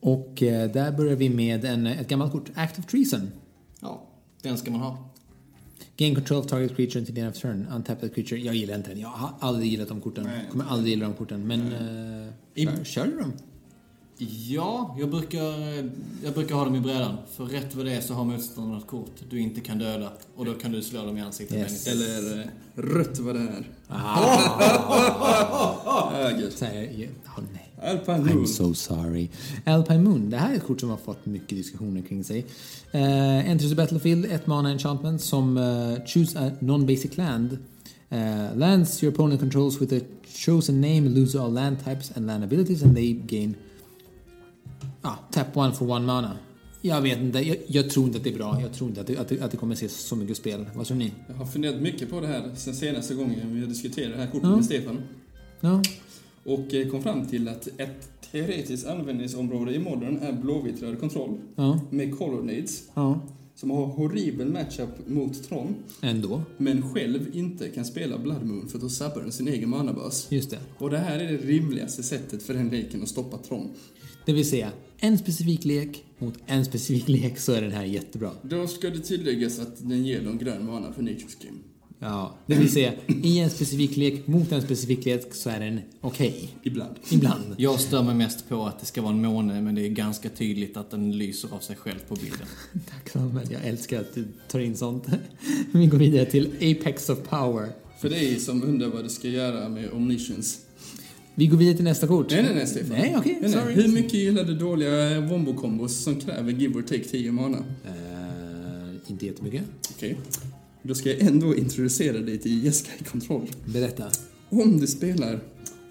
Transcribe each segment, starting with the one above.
Och eh, där börjar vi med en, ett gammalt kort, Act of Treason. Ja, den ska man ha. Gain control of target creature until the end of turn. Untapped creature. Jag gillar inte den. Jag har aldrig gillat de korten. Nej. Kommer aldrig gilla de korten. Men... Eh, i, kör du dem? Ja, jag brukar, jag brukar ha dem i brädan. För rätt vad det är så har motståndaren ett kort du inte kan döda. Och då kan du slå dem i ansiktet. Yes. med en- Eller eh, rött vad det är. Höger. Ah. Så här, ja, åh, nej. Alpine I'm Moon. so sorry. Alpine Moon, det här är ett kort som har fått mycket diskussioner kring sig. Uh, enters the battlefield, ett mana enchantment som eh, choose a non-basic land. Eh, lands your opponent controls with a chosen name lose all land types and land abilities and they gain ah, tap one for one mana. Jag vet inte, jag, jag tror inte att det är bra. Jag tror inte att det, att det, att det kommer ses så mycket spel. Vad tror ni? Jag har funderat mycket på det här sen senaste gången vi diskuterade det här kortet med Stefan. Ja, Och eh, kom fram till att ett teoretiskt användningsområde i modern är blåvitröd kontroll ja, med Colonnades ja. som har horribel matchup mot Tron Ändå. men själv inte kan spela Blood Moon för då sabbar den sin egen manabas. Just det. Och det här är det rimligaste sättet för den leken att stoppa Tron. Det vill säga, en specifik lek mot en specifik lek så är den här jättebra. Då ska det tilläggas att den ger dem grön mana för Nature Skim. Ja. Det vill säga, i en specifik lek mot en specifik lek så är den okej. Ibland. Ibland. Jag stör mig mest på att det ska vara en måne, men det är ganska tydligt att den lyser av sig själv på bilden. Tack Samuel, jag älskar att du tar in sånt. Vi går vidare till Apex of Power. För dig som undrar vad du ska göra med Omniscience. Vi går vidare till nästa kort. Nej, nej, nej Stefan. Nej, okej, Nej, nej. sorry. Hur mycket gillar du dåliga Wombo-kombos som kräver give or take 10 mana? Eh, inte jättemycket. Okej. Då ska jag ändå introducera dig till Jeskai Control. Berätta. Om du spelar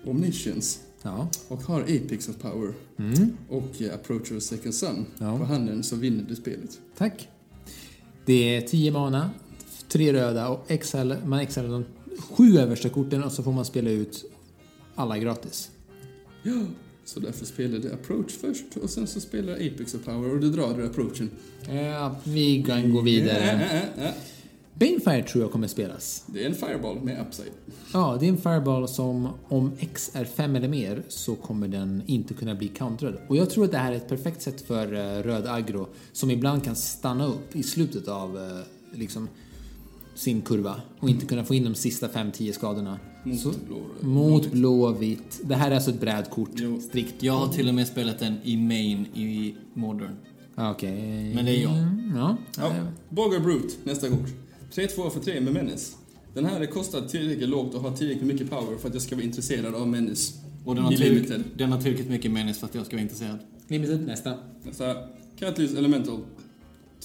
Omniscience Ja. och har Apex of Power Mm. och eh, Approach of Second Sun Ja. på handen så vinner du spelet. Tack. Det är 10 mana, tre röda och exile, man exilar de sju översta korten och så får man spela ut alla gratis. Ja. Så därför spelar du Approach först och sen så spelar du Apex of Power och du drar du Approachen. Ja, vi kan gå vidare. Äh, äh, äh. Banefire tror jag kommer spelas. Det är en Fireball med Upside. Ja, det är en fireball som om X är 5 eller mer så kommer den inte kunna bli counterad. Och jag tror att det här är ett perfekt sätt för eh, röd aggro som ibland kan stanna upp i slutet av eh, liksom, sin kurva och inte kunna få in de sista 5-10 skadorna. Mot Så, blå röd. mot blå och vitt. Det här är alltså ett brädkort. Jo. Strikt. Jag har till och med spelat den i main i modern. Ja, Okej. Men det är jag. Mm, Ja. Ja, Bogar Brute, nästa kort. 3-2 för 3 med Menace. Den här är kostad tillräckligt lågt och har tillräckligt mycket power för att jag ska vara intresserad av Menace. Och den har, I limited. tillräckligt, den har tillräckligt mycket menis för att jag ska vara intresserad. Limited nästa. Nästa, Catalyst Elemental.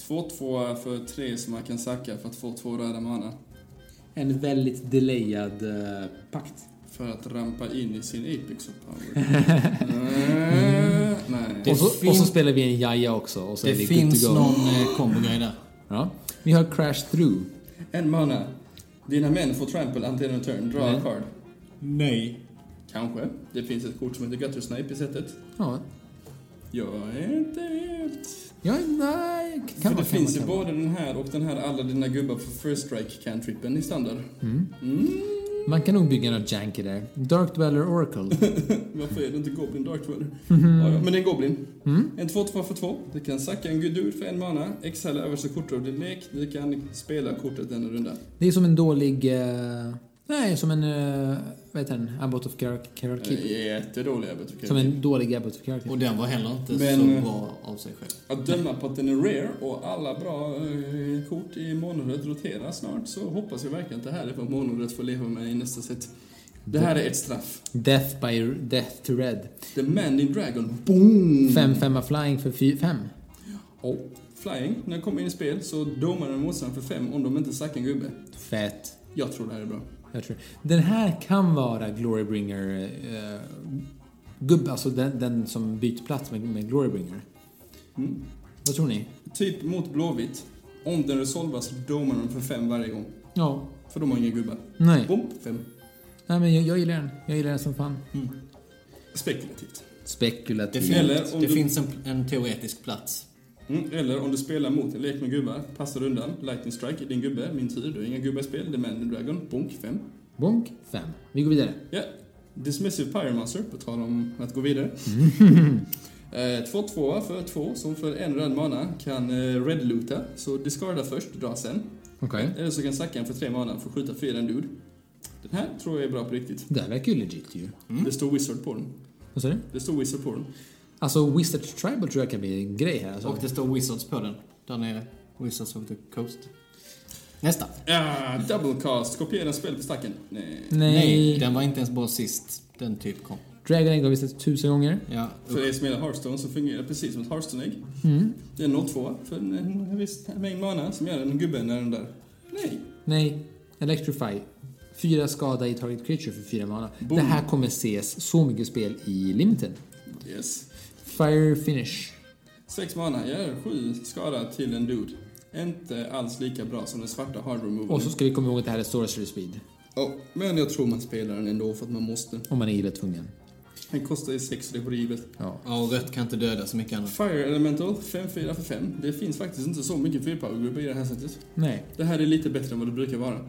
2-2 för 3 som man kan sacka för att få två röda mana. En väldigt delayad eh, pakt. För att rampa in i sin Apex of Power. mm. Nej. Det Och så, och så finns- spelar vi en jaja också och så Det är vi finns good to go. någon eh, kombogrej där. Ja. Vi har Crash Through. En mana. Dina män får trample until en turn. Dra Nej. en card. Nej. Kanske. Det finns ett kort som heter Gutter Snipe i setet. Ja. Jag är inte helt Ja, nej, kan För vara, det kan finns ju vara, kan vara. både den här och den här alla dina gubbar för first strike cantrippen i standard. Mm. Mm. Man kan nog bygga något janky där. Dark Dweller Oracle. Varför är det inte Goblin Dark Dweller? Mm. Ja, ja, men det är en Goblin. En 2-2 för 2. Du kan sacka en gudur för en mana. Exhala översta kortet av din lek. Du kan spela kortet denna runda. Det är som en dålig... eh, nej, som en... Uh, vad heter den? Abbot of Car- Carol Eh, Keep. Jättedålig Abbot Som en dålig Abbot of Carol Keep. Och den var heller inte Men- så bra av sig själv. Att döma på att den är rare och alla bra eh, kort i monorött roterar snart så hoppas jag verkligen att det här är vad monorött får leva med i nästa set. Det här är ett straff. Death by... Death to Red. The Man in Dragon. Boom! 5 femma flying för 5. Och flying, när den kommer in i spel så domar den motståndaren för fem om de inte sackar en gubbe. Fett. Jag tror det här är bra. Jag tror. Den här kan vara Glorybringer... Uh, gubbe, alltså den, den som byter plats med, med Glorybringer. Mm. Vad tror ni? Typ mot Blåvitt. Om den resolvas så domar den för fem varje gång. Ja. För de har inga gubbar. Nej. Bom, fem. Nej men jag, jag gillar den. Jag gillar den som fan. Spekulativt. Det, Spekulativ. finns, Eller om det du- finns en, en teoretisk plats. Mm. Eller om du spelar mot en lek med gubbar, passar undan, lightning strike, din gubbe, min tur, du har inga gubbar i spel, det är man in dragon, bonk, fem. Bonk 5. Vi går vidare. Ja, Dismissive Pyromancer, på tal om att gå vidare. Eh, Två tvåa för två som för en röd mana kan eh, redloota, så discarda först, dra sen. Okej. Eller så kan sacka en för tre mana för skjuta fyra en dude. Den här tror jag är bra på riktigt. Det här verkar ju legit ju. Det står Wizard på den. Vad sa du? Det står Wizard på den. Alltså Wizard Tribal tror jag kan bli en grej här. Alltså. Och det står Wizards på den. Där nere. Wizards of the Coast. Nästa. Ja, Ah, double cast, kopiera spel på stacken. Nej. Nej. den var inte ens bra sist den typ kom. Dragon Egg har vi sett tusen gånger. Ja, För usch. er som gillar Hearthstone så fungerar det precis som ett Hearthstone-ägg. Mm. Det är 0-2 för en, en viss mängd mana som gör en gubbe när den där. Nej. Nej. Electrify. Fyra skada i target creature för fyra mana. Boom. Det här kommer ses så mycket spel i limiten. Yes. Fire Finish. 6 mana gör 7 skada till en dude. Inte alls lika bra som den svarta hard removal. Och så ska vi komma ihåg att det här är Sorcery Speed. Ja, men jag tror man spelar den ändå för att man måste. Om man är illa tvungen. Den kostar ju 6 och det är horribelt. Ja. Ja, och rött kan inte döda så mycket annat. Fire Elemental, 5-4 för 5. Det finns faktiskt inte så mycket fyrpowergrupper i det här sättet. Nej. Det här är lite bättre än vad det brukar vara.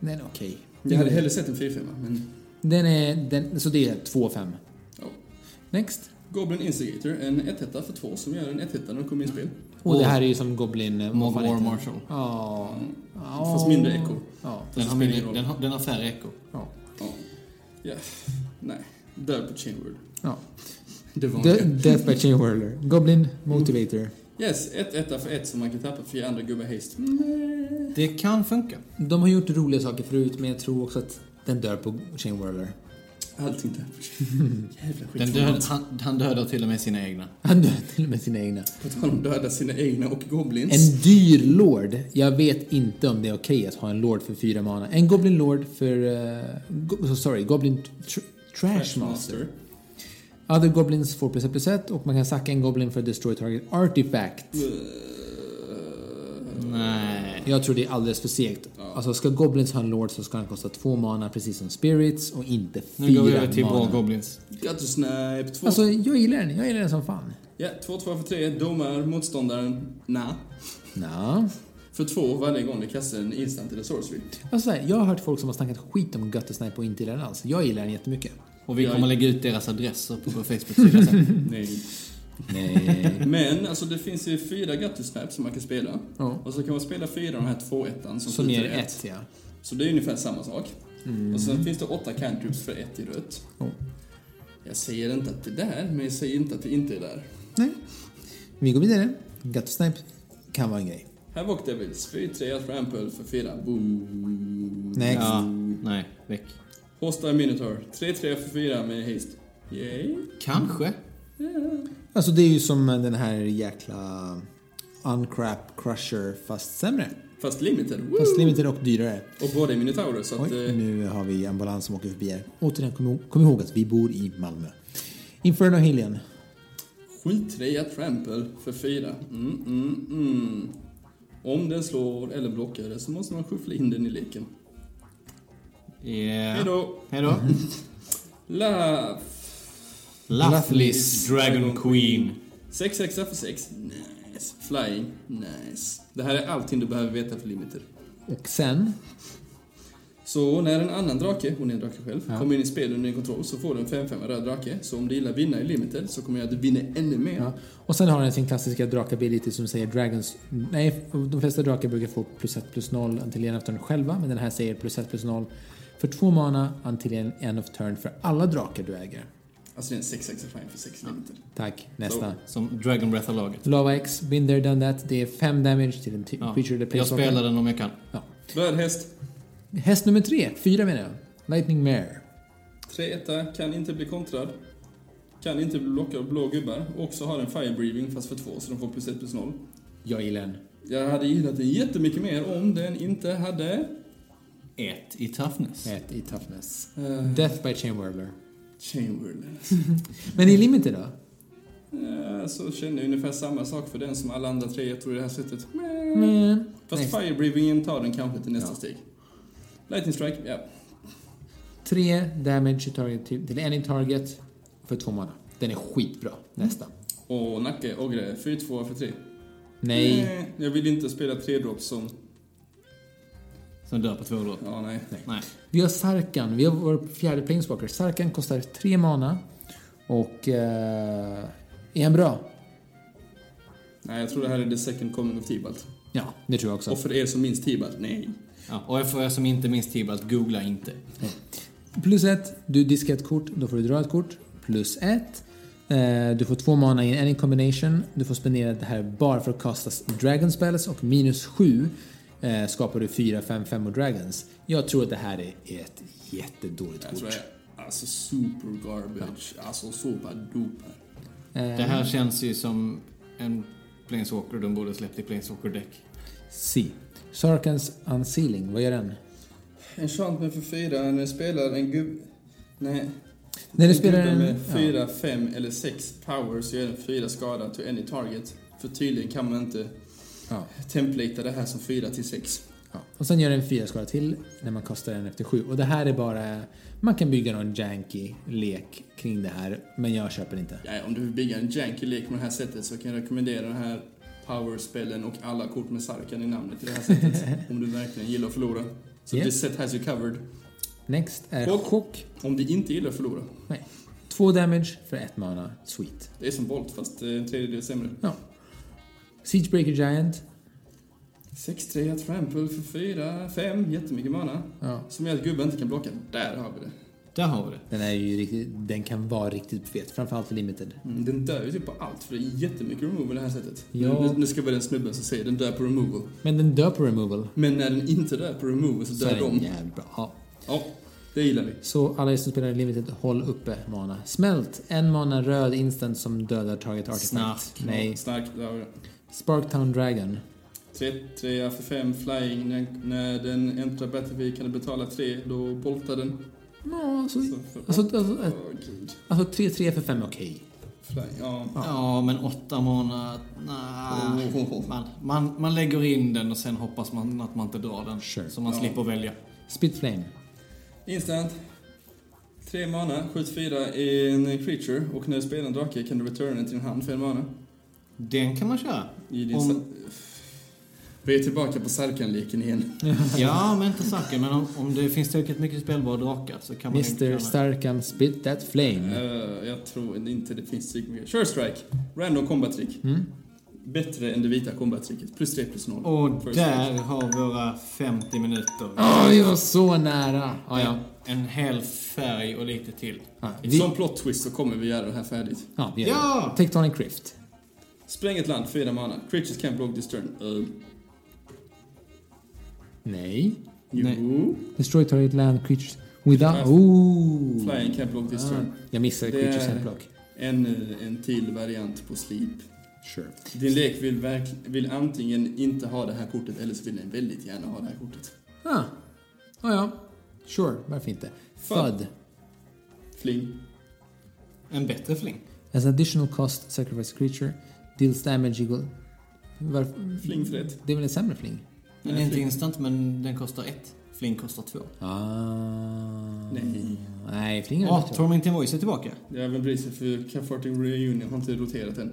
Den är okej. Jag hade hellre sett en 4-5, men... Den är... Den, så det är 2-5. Ja. Next. Goblin Instigator, en 1 för 2 som gör en 1 när de kommer in i spel. Och det här är ju som Goblin... eh, vad fan War heter den? Marshal. Ja. Ja. Fast mindre echo. Ja. Den har, spelar mindre, ingen roll. den, har, den har färre eko. Ja. Ja. ja. Nej. Dör på Chainword. ja. Det var De- det. Death by Chain Whirler. Goblin Motivator. Mm. Yes, 1-1 för 1 som man kan tappa för att ge andra gubbar haste. Mm, Nej. Det kan funka. De har gjort roliga saker förut men jag tror också att den dör på Chain Whirler. Allting dör på Jävla skit. Den död, han, han dödar till och med sina egna. Han dör till och med sina egna. På tal om döda sina egna och goblins. En dyr lord. Jag vet inte om det är okej att ha en lord för fyra mana. En Goblin Lord för... eh, go- so- sorry, Goblin tr- Trash Master. Other Goblins får plus ett plus ett och man kan sacka en Goblin för att destroy target artifact. Nej. Jag tror det är alldeles för segt. Alltså ska Goblins ha en Lord så ska han kosta två mana precis som Spirits och inte fyra Nu går vi över till mana. bra goblins. Got to snipe. 2-2 Alltså jag gillar den, jag gillar den som fan. ja, två, två för 3. Domar motståndaren. Nä. Nå. För 2 varje gång du kastar en instant eller sorcery. Alltså så här, jag har hört folk som har snackat skit om Gutter Snipe och inte gillar den alls. Jag gillar den jättemycket. Och vi Jag- kommer lägga ut deras adresser på vår Facebook-sida sen. Nej. Nej. Men alltså det finns ju fyra Gutter Snap som man kan spela. ja. Och så kan man spela fyra av de här två ettan som, Som ger skjuter ett Mm. ja. Så det är ungefär samma sak. Och sen finns det åtta cantrips för ett i rött. Ja. Jag säger inte att det är där, men jag säger inte att det inte är där. Nej. Vi går vidare. Gutter Snipe kan vara en grej. Havoc Devils, 4-3 för Ampel för 4. Boom. Next. Ja, nej, väck. Hostile Minotaur, 3-3 för 4 med haste. Yay. Kanske. Alltså det är ju som den här jäkla Uncrap Crusher fast sämre. Fast limited. Woo! Fast limited och dyrare. Och båda är minotaurer, Mm. så Oj, att... Eh, nu har vi en balans som åker förbi här. Återigen, kom, ihåg- kom ihåg att vi bor i Malmö. Inferno Hillian. Skitrea Trample för 4. Mm, mm, mm. Om den slår eller blockar det så måste man skyffla in den i leken. Yeah. Hejdå! Hejdå. La... Lathlis Dragon Queen. 6 extra för 6. Nice. Flying. Nice. Det här är allting du behöver veta för limiter. Och sen... Så när en annan drake, hon är en drake själv, Ja. kommer in i spel under din kontroll så får du en 5-5 röd drake. Så om du gillar vinna i limiter så kommer jag att vinna ännu mer. Ja. Och sen har den sin klassiska drakability som säger Dragons... Nej, de flesta drakar brukar få plus 1 plus 0 until en of turn själva, men den här säger plus 1 plus 0 för två mana until en end of turn för alla drakar du äger. Alltså det är en 6 extra flying för 6 limiter. Taget. Nästa. Som Dragon Breath har laget. Lava X, been there, done that. Det är 5 damage till en t- Ja. creature eller Jag planeswalker. spelar den om jag kan. Ja. Röd häst. Häst nummer 3, 4 menar jag. Lightning Mare. 3 etta, kan inte bli kontrad. Kan inte bli blockad av blå gubbar. Också har en fire breathing fast för 2 så de får plus 1 plus 0. Jag gillar den. Jag hade gillat den jättemycket mer om den inte hade... Ett i toughness. 1 i toughness. Uh, Death by Chain Whirler. Chamberlain. Men i Limited då? Ja, så känner jag ungefär samma sak för den som alla andra tre jag tror i det här sättet. Mm. Fast Nej. Fire Breathingen tar den kanske till nästa Ja. steg. Lightning Strike, ja. 3 damage till target till, till any target för två mana. Den är skitbra. Nästa. Och Nacke, Ogre, 4-2 för 3. Nej. Jag vill inte spela 3 drops som... Sen dör på två drop. Ja, nej. Nej. Vi har Sarkan, vi har vår fjärde Planeswalker. Sarkan kostar tre mana. Och... Eh, är han bra? Nej, jag tror det här är the second coming of Tibalt. Ja, det tror jag också. Och för er som minns Tibalt, nej. Ja, och för er som inte minns Tibalt, googla inte. Plus ett, du diskar ett kort, då får du dra ett kort. Plus ett. Eh, du får två mana i any combination. Du får spendera det här bara för att kasta dragon spells och minus sju eh, skapar du fyra, fem, fem och dragons. Jag tror att det här är ett jättedåligt Jag kort. tror det är alltså super garbage. Alltså så bara duper. Eh, Det här känns ju som en Planeswalker de borde släppt i Planeswalker-däck. C. Sarkans Unsealing, vad gör den? En Enchantment för fyra, när du spelar en gub... Nej. När du En spelar gubbe en- med ja. fyra, fem eller sex power så gör den fyra skada to any target. För tydligen kan man inte Ja. templata det här som fyra till sex. Ja. Och sen gör den fyra skada till när man kastar den efter sju. Och det här är bara... Man kan bygga någon janky lek kring det här, men jag köper inte. Ja, om du vill bygga en janky lek på det här sättet så kan jag rekommendera den här powerspellen och alla kort med Sarkan i namnet i det här sättet. om du verkligen gillar att förlora. Så Yes. this set has you covered. Next är Chock. chock. Om du inte gillar att förlora. Nej. Två damage för ett mana. Sweet. Det är som Bolt fast eh, en tredjedel sämre. Ja. Siegebreaker Giant. 6-3 trample för fyra, fem, jättemycket mana. Ja. Som gör att gubben inte kan blocka. Där har vi det. Där har vi det. Den, är ju riktigt, den kan vara riktigt fet, framförallt för limited. Mm, Den dör ju typ på allt, för det är jättemycket removal i det här sättet. Ja. Nu, nu ska jag vara den snubben som säger den dör på removal. Men den dör på removal. Men när den inte dör på removal så Så är dör den de. jävligt bra. Ja. Ja, det gillar vi. Så alla er som spelar limited, håll uppe mana. Smält. En mana röd instant som dödar target artifact. Snark. Nej. Snark, där har vi det. Sparktown Dragon. 3, 3 för 5 flying. När, när den äntrar battlefield kan du betala 3, då boltar den. Ja, så... Så för, Alltså, alltså, Åh, gud. Alltså 3-3 för 5 är okej. Flying, ja. Ja. Ja, men åtta månader... Nah. Oh. Man, man, man lägger in den och sen hoppas man att man inte drar den. Sure. Så man Ja. slipper välja. Spitflame. Instant. 3 mana, skjut 4 i en creature och när du spelar en drake kan du returna den till din hand för en mana. Den kan man köra. I din Om- sa- Vi är tillbaka på Sarkan-leken igen. Ja, men inte saken. Men om, om det finns tillräckligt mycket spelbara drakar så kan man inte Mr. köra. Starkan Spit That Mm. Flame. Eh, jag tror inte det finns tillräckligt mycket. Sure strike, random combat trick. Mm. Bättre än det vita combat tricket. Plus 3 plus 0. Och där har våra 50 minuter. Åh, vi var så nära! Ah, ja. En, en hel färg och lite till. Ah, vi, Som plot twist så kommer vi göra det här färdigt. ja, vi gör det. Ja! Tectonic Rift. Spräng ett land, 4 mana. Creatures can't block this turn. Uh, Nej. jo. Nej. Destroy target land creatures without... Ooh. Flying can't block this Ah, turn. jag missade Det creatures är- handblock. En, eh, en till variant på sleep. Sure. Din lek vill, verk- vill antingen inte ha det här kortet eller så vill den väldigt gärna ha det här kortet. Ah. Ah, ja. Sure, varför inte? Fud. Fud. Fling. En bättre fling. As an additional cost, sacrifice creature. Deals damage equal... Varför? Fling för ett. Det är väl en sämre fling? Den är inte instant, men den kostar ett. Fling kostar två. Ah. Nej. Nej, fling är Ja, bättre. Tormenting Voice är tillbaka. Det är även priset för Cafarting Reunion har inte roterat än.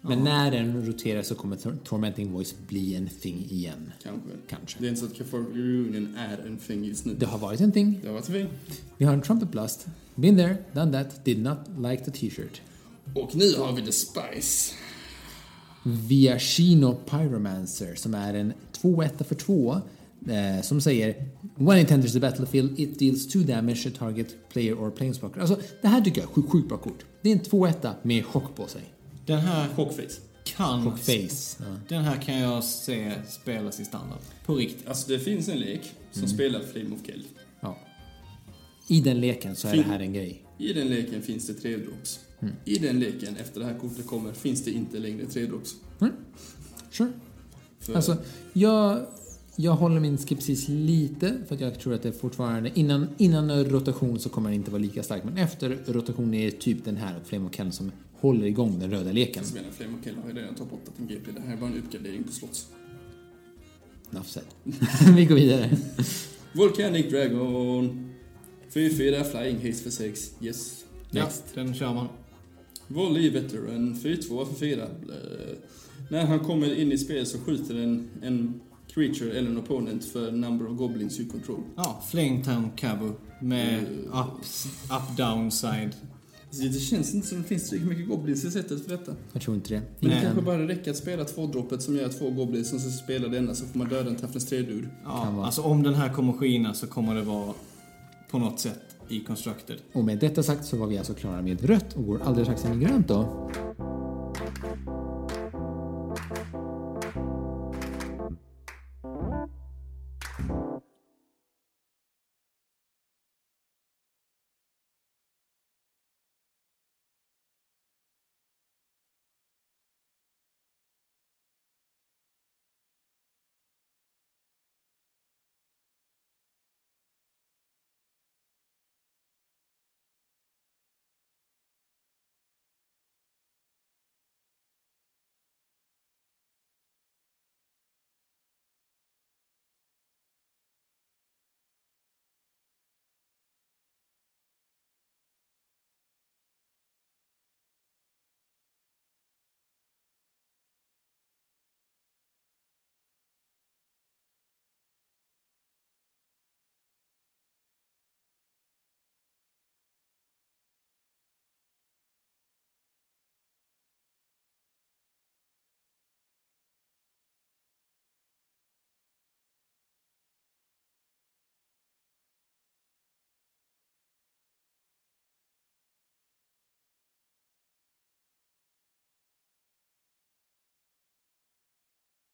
Men när den roterar så kommer Tor- Tormenting Voice bli en thing igen. Kanske. Kanske. Det är inte så att Cafarting Reunion är en thing just nu. Det har varit en thing. Det har varit en thing. Vi har en Trumpet Blast. Been there, done that, did not like the t-shirt. Och nu har vi The Spice. Via Chino Pyromancer som är en 2-1 för 2 eh, som säger When it enters the battlefield it deals 2 damage to target player or planeswalker. Alltså det här tycker jag är sjukt, sjukt bra kort. Det är en 2-1 med chock på sig. Den här Chockface. kan... Och face. Ja. Den här kan jag se spelas i standard. På riktigt. Alltså det finns en lek som Mm. spelar Flame of Kelp. Ja. I den leken så är det Fin- här en grej. I den leken finns det tre drops. Mm. I den leken, efter det här kortet kommer, finns det inte längre tre drops. Sure. För Alltså, jag, jag håller min skepsis lite för att jag tror att det fortfarande innan, innan rotation så kommer den inte vara lika stark. Men efter rotation är det typ den här och Flame och Ken som håller igång den röda leken. Så menar jag, Flame of Kelp har ju redan topp 8 en GP. Det här är bara en uppgradering på slotts. Enough said. Vi går vidare. Volcanic Dragon. 4-4 Flying Haste för 6. Yes. Ja, den kör man. Volley Eh, Veteran. 4-2 för 4. Blö. När han kommer in i spel så skjuter en, en creature eller en opponent för number of goblins you control. Ja, Flametown Cabo med Mm. up, up down side. Så Alltså, det känns inte som det finns tillräckligt mycket goblins i sättet för detta. Jag tror inte det. Men det Nej. kanske bara räcker att spela två droppet som gör två goblins och så spelar denna så får man döda en Tafnens tredud. Kan Ja, vara. alltså om den här kommer skina så kommer det vara på något sätt i Constructed. Och med detta sagt så var vi alltså klara med rött och går alldeles strax in i grönt då.